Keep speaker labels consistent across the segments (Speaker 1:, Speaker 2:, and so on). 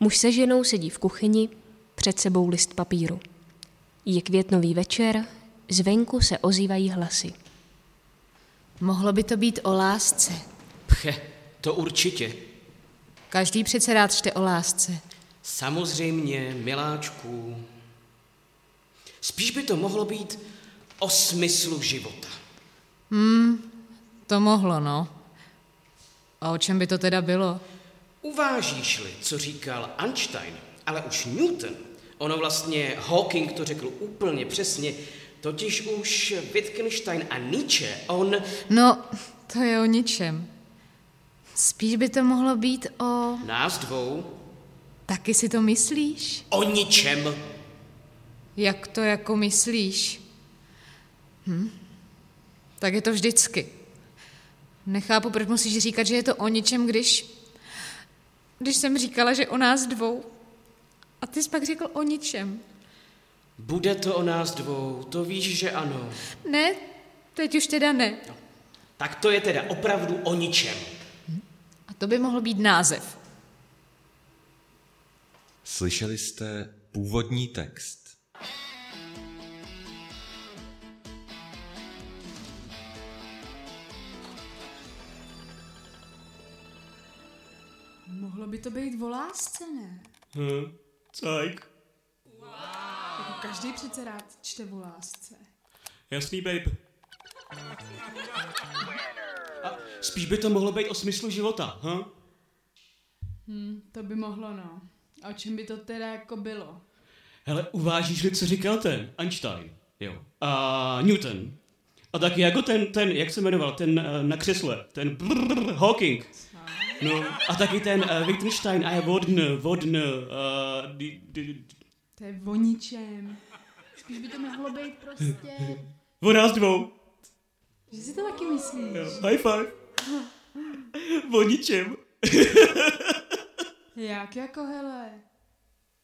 Speaker 1: Muž se ženou sedí v kuchyni, před sebou list papíru. Je květnový večer, zvenku se ozývají hlasy.
Speaker 2: Mohlo by to být o lásce.
Speaker 3: Pche, to určitě.
Speaker 2: Každý přece rád čte o lásce.
Speaker 3: Samozřejmě, miláčku. Spíš by to mohlo být o smyslu života.
Speaker 2: Hmm, to mohlo, no. A o čem by to teda bylo?
Speaker 3: Uvážíš-li, co říkal Einstein, ale už Newton, ono vlastně Hawking to řekl úplně přesně, totiž už Wittgenstein a Nietzsche, on...
Speaker 2: No, to je o ničem. Spíš by to mohlo být o...
Speaker 3: Nás dvou?
Speaker 2: Taky si to myslíš?
Speaker 3: O ničem!
Speaker 2: Jak to jako myslíš? Hm? Tak je to vždycky. Nechápu, proč musíš říkat, že je to o ničem, když... Když jsem říkala, že o nás dvou. A ty jsi pak řekl o ničem.
Speaker 3: Bude to o nás dvou, to víš, že ano.
Speaker 2: Ne, teď už teda ne. No,
Speaker 3: tak to je teda opravdu o ničem.
Speaker 2: A to by mohl být název.
Speaker 4: Slyšeli jste původní text.
Speaker 2: Mohlo by to být o lásce, ne?
Speaker 5: Hm, tak.
Speaker 6: Wow. Jako každý přece rád čte o lásce.
Speaker 5: Jasný, babe. A spíš by to mohlo být o smyslu života, hm?
Speaker 6: Hm, to by mohlo, no. A o čem by to teda jako bylo?
Speaker 5: Hele, uvážíš-li, co říkal ten Einstein, jo, a Newton. A taky jako ten, ten, jak se jmenoval, ten eh, na křesle, ten brrr, Hawking. No, a taky ten uh, Wittgenstein a je vodn, vodn, uh, di, di, di.
Speaker 6: To je o ničem. Spíš by to mohlo být prostě...
Speaker 5: O nás dvou.
Speaker 6: Že si to taky myslíš? Jo,
Speaker 5: high five. o ničem.
Speaker 6: Jak jako hele?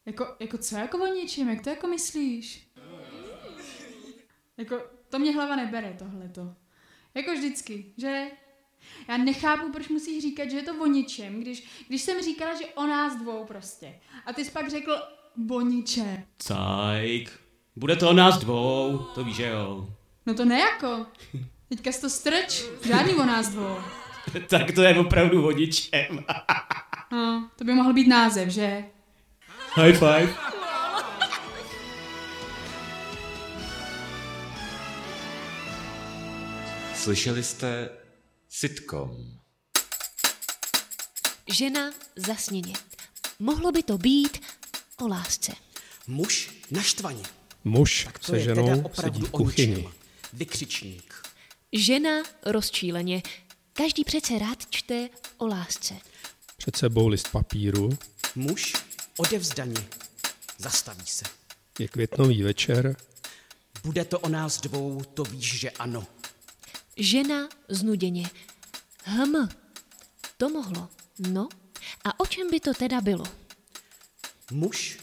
Speaker 6: Jako, jako co jako o ničem? Jak to jako myslíš? Jako, to mě hlava nebere tohleto. Jako vždycky, že? Já nechápu, proč musíš říkat, že je to o ničem, když, když jsem říkala, že o nás dvou prostě. A ty jsi pak řekl o ničem.
Speaker 5: Cajk. Bude to o nás dvou, to víš, že jo.
Speaker 6: No to nejako. Teďka jsi to strč, žádný o nás dvou.
Speaker 5: tak to je opravdu o ničem.
Speaker 6: no, to by mohl být název, že?
Speaker 5: High five.
Speaker 4: Slyšeli jste sitcom.
Speaker 1: Žena zasněně. Mohlo by to být o lásce.
Speaker 3: Muž naštvaně.
Speaker 7: Muž tak se ženou teda sedí v kuchyni.
Speaker 3: Vykřičník.
Speaker 1: Žena rozčíleně. Každý přece rád čte o lásce.
Speaker 7: Před sebou list papíru.
Speaker 3: Muž odevzdaně. Zastaví se.
Speaker 7: Je květnový večer.
Speaker 3: Bude to o nás dvou, to víš, že ano.
Speaker 1: Žena znuděně. Hm, to mohlo. No, a o čem by to teda bylo?
Speaker 3: Muž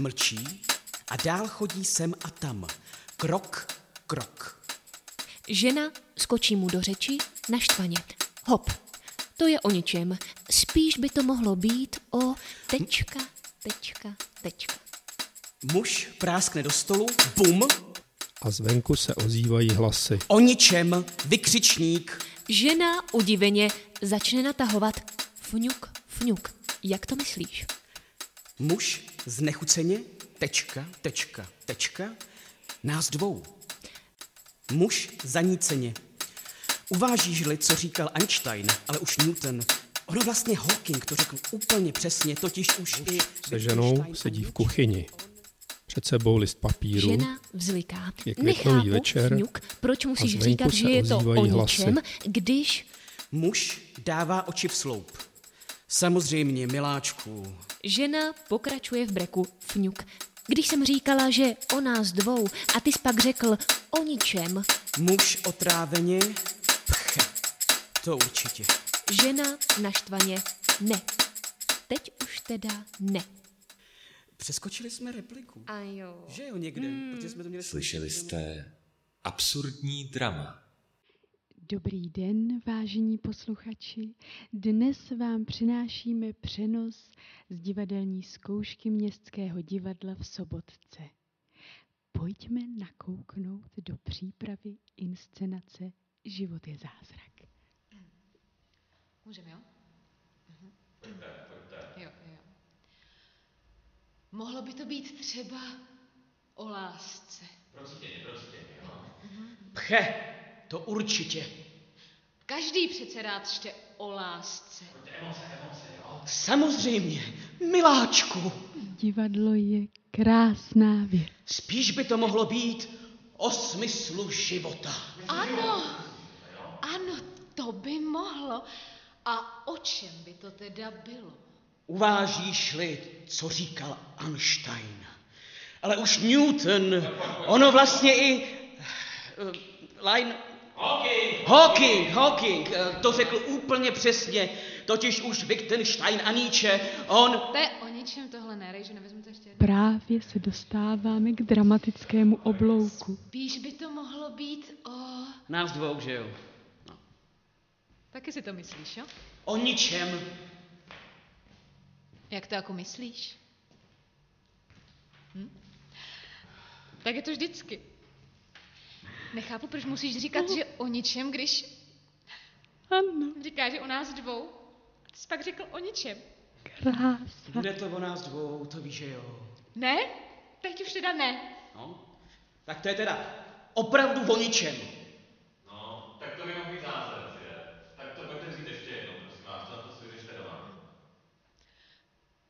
Speaker 3: mlčí a dál chodí sem a tam. Krok, krok.
Speaker 1: Žena skočí mu do řeči naštvaně. Hop, to je o ničem. Spíš by to mohlo být o tečka, tečka, tečka.
Speaker 3: Muž práskne do stolu, bum,
Speaker 7: a zvenku se ozývají hlasy.
Speaker 3: O ničem, vykřičník.
Speaker 1: Žena udiveně začne natahovat fňuk, fňuk. Jak to myslíš?
Speaker 3: Muž znechuceně, tečka, tečka, tečka, nás dvou. Muž zaníceně. Uvážíš-li, co říkal Einstein, ale už Newton, ono vlastně Hawking to řekl úplně přesně, totiž už Muž i...
Speaker 7: Se ženou sedí v kuchyni. Před sebou list papíru.
Speaker 1: Žena vzliká.
Speaker 7: Je Nechápu, večer,
Speaker 1: vňuk, proč musíš říkat, že je to o
Speaker 7: hlasy.
Speaker 1: ničem, když...
Speaker 3: Muž dává oči v sloup. Samozřejmě, miláčku.
Speaker 1: Žena pokračuje v breku. Fňuk. Když jsem říkala, že o nás dvou a ty jsi pak řekl o ničem.
Speaker 3: Muž otráveně? Pche, to určitě.
Speaker 1: Žena naštvaně? Ne. Teď už teda ne.
Speaker 3: Přeskočili jsme repliku.
Speaker 1: A jo.
Speaker 3: Že jo, někde, hmm. protože jsme to měli...
Speaker 4: Slyšeli jste absurdní drama.
Speaker 8: Dobrý den, vážení posluchači. Dnes vám přinášíme přenos z divadelní zkoušky Městského divadla v Sobotce. Pojďme nakouknout do přípravy inscenace Život je zázrak.
Speaker 2: Můžeme, jo? Pojďte, pojďte. Jo, jo. Mohlo by to být třeba o lásce.
Speaker 3: Pche, to určitě.
Speaker 2: Každý přece rád čte o lásce.
Speaker 3: Samozřejmě, miláčku.
Speaker 8: Divadlo je krásná věc.
Speaker 3: Spíš by to mohlo být o smyslu života.
Speaker 2: Ano, ano, to by mohlo. A o čem by to teda bylo?
Speaker 3: Uvážíš-li, co říkal Einstein. Ale už Newton, ono vlastně i... eh, Line... Hawking! Hawking, Hawking, eh, to řekl úplně přesně. Totiž už Wittgenstein a Nietzsche, on...
Speaker 2: To je o něčem tohle, ne, Rej, že nevezmu to ještě jednou.
Speaker 8: Právě se dostáváme k dramatickému oblouku.
Speaker 2: Píš by to mohlo být o...
Speaker 3: Nás dvou, že jo?
Speaker 2: Taky si to myslíš, jo?
Speaker 3: O ničem.
Speaker 2: Jak to jako myslíš? Hm? Tak je to vždycky. Nechápu, proč musíš říkat, že o ničem, když
Speaker 8: Ano,
Speaker 2: říká, že o nás dvou. A ty jsi pak řekl o ničem.
Speaker 8: krása.
Speaker 3: Bude to o nás dvou, to víš, že jo.
Speaker 2: Ne? Teď už teda ne.
Speaker 3: No, tak to je teda opravdu o ničem.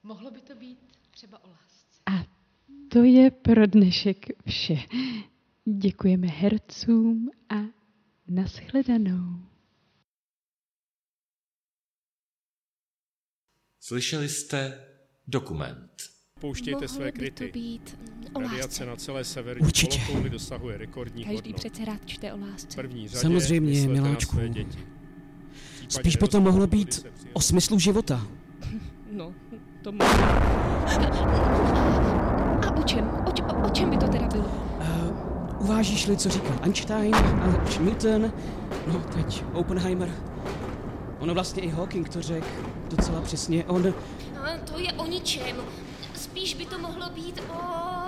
Speaker 2: Mohlo by to být třeba o lásce.
Speaker 8: A to je pro dnešek vše. Děkujeme hercům a nashledanou.
Speaker 4: Slyšeli jste dokument.
Speaker 7: Pouštějte
Speaker 1: Mohlo
Speaker 7: své
Speaker 1: by to
Speaker 7: kryty.
Speaker 1: být mm, o
Speaker 7: Radiace
Speaker 1: lásce.
Speaker 7: na celé severní
Speaker 3: Určitě.
Speaker 7: polokouli dosahuje rekordní
Speaker 1: Každý
Speaker 7: hodnot.
Speaker 1: přece rád čte o lásce.
Speaker 7: V první řadě
Speaker 3: Samozřejmě,
Speaker 7: myslete na
Speaker 3: miláčku.
Speaker 7: své děti. V případě
Speaker 3: Spíš by to mohlo
Speaker 7: nerozpadu,
Speaker 3: být
Speaker 7: kdy se přijede-
Speaker 3: o smyslu života.
Speaker 1: No, to možná. A o čem? O, č- o, o čem by to teda bylo?
Speaker 3: Uvážíš-li, co říkal Einstein, Albert Newton, no teď Oppenheimer. Ono vlastně i Hawking to řekl docela přesně. On
Speaker 1: A No, to je o ničem. Spíš by to mohlo být o...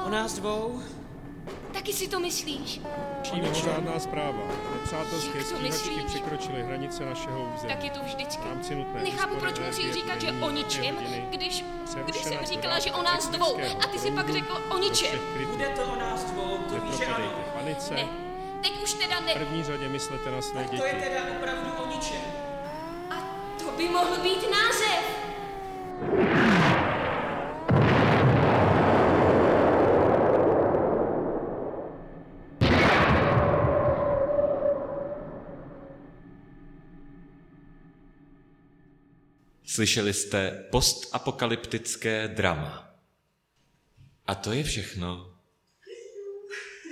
Speaker 3: o nás dvou.
Speaker 1: Taky si to myslíš?
Speaker 7: Další mimořádná zpráva. Nepřátelské
Speaker 1: Jak to
Speaker 7: stíhačky
Speaker 1: myslíš?
Speaker 7: překročily hranice našeho území.
Speaker 1: Tak je to vždycky.
Speaker 7: V rámci nutné
Speaker 1: Nechápu,
Speaker 7: úspory
Speaker 1: proč
Speaker 7: energie
Speaker 1: musíš říkat, že
Speaker 7: není
Speaker 1: o ničem,
Speaker 7: dvě hodiny.
Speaker 1: když, když
Speaker 7: Přerušena
Speaker 1: jsem říkala, že o
Speaker 7: dodávka
Speaker 1: nás dvou
Speaker 7: technického
Speaker 1: a ty si pak
Speaker 7: proudu
Speaker 1: řekl o
Speaker 7: do
Speaker 1: ničem.
Speaker 7: všech krytů.
Speaker 3: Bude to o nás dvou, to víš, že
Speaker 7: Nepropadejte
Speaker 3: ano.
Speaker 7: panice.
Speaker 1: Ne, teď už teda ne.
Speaker 7: V první řadě myslete na své
Speaker 3: To je
Speaker 7: děti.
Speaker 3: teda opravdu o ničem.
Speaker 1: A to by mohl být název.
Speaker 4: Slyšeli jste postapokalyptické drama. A to je všechno.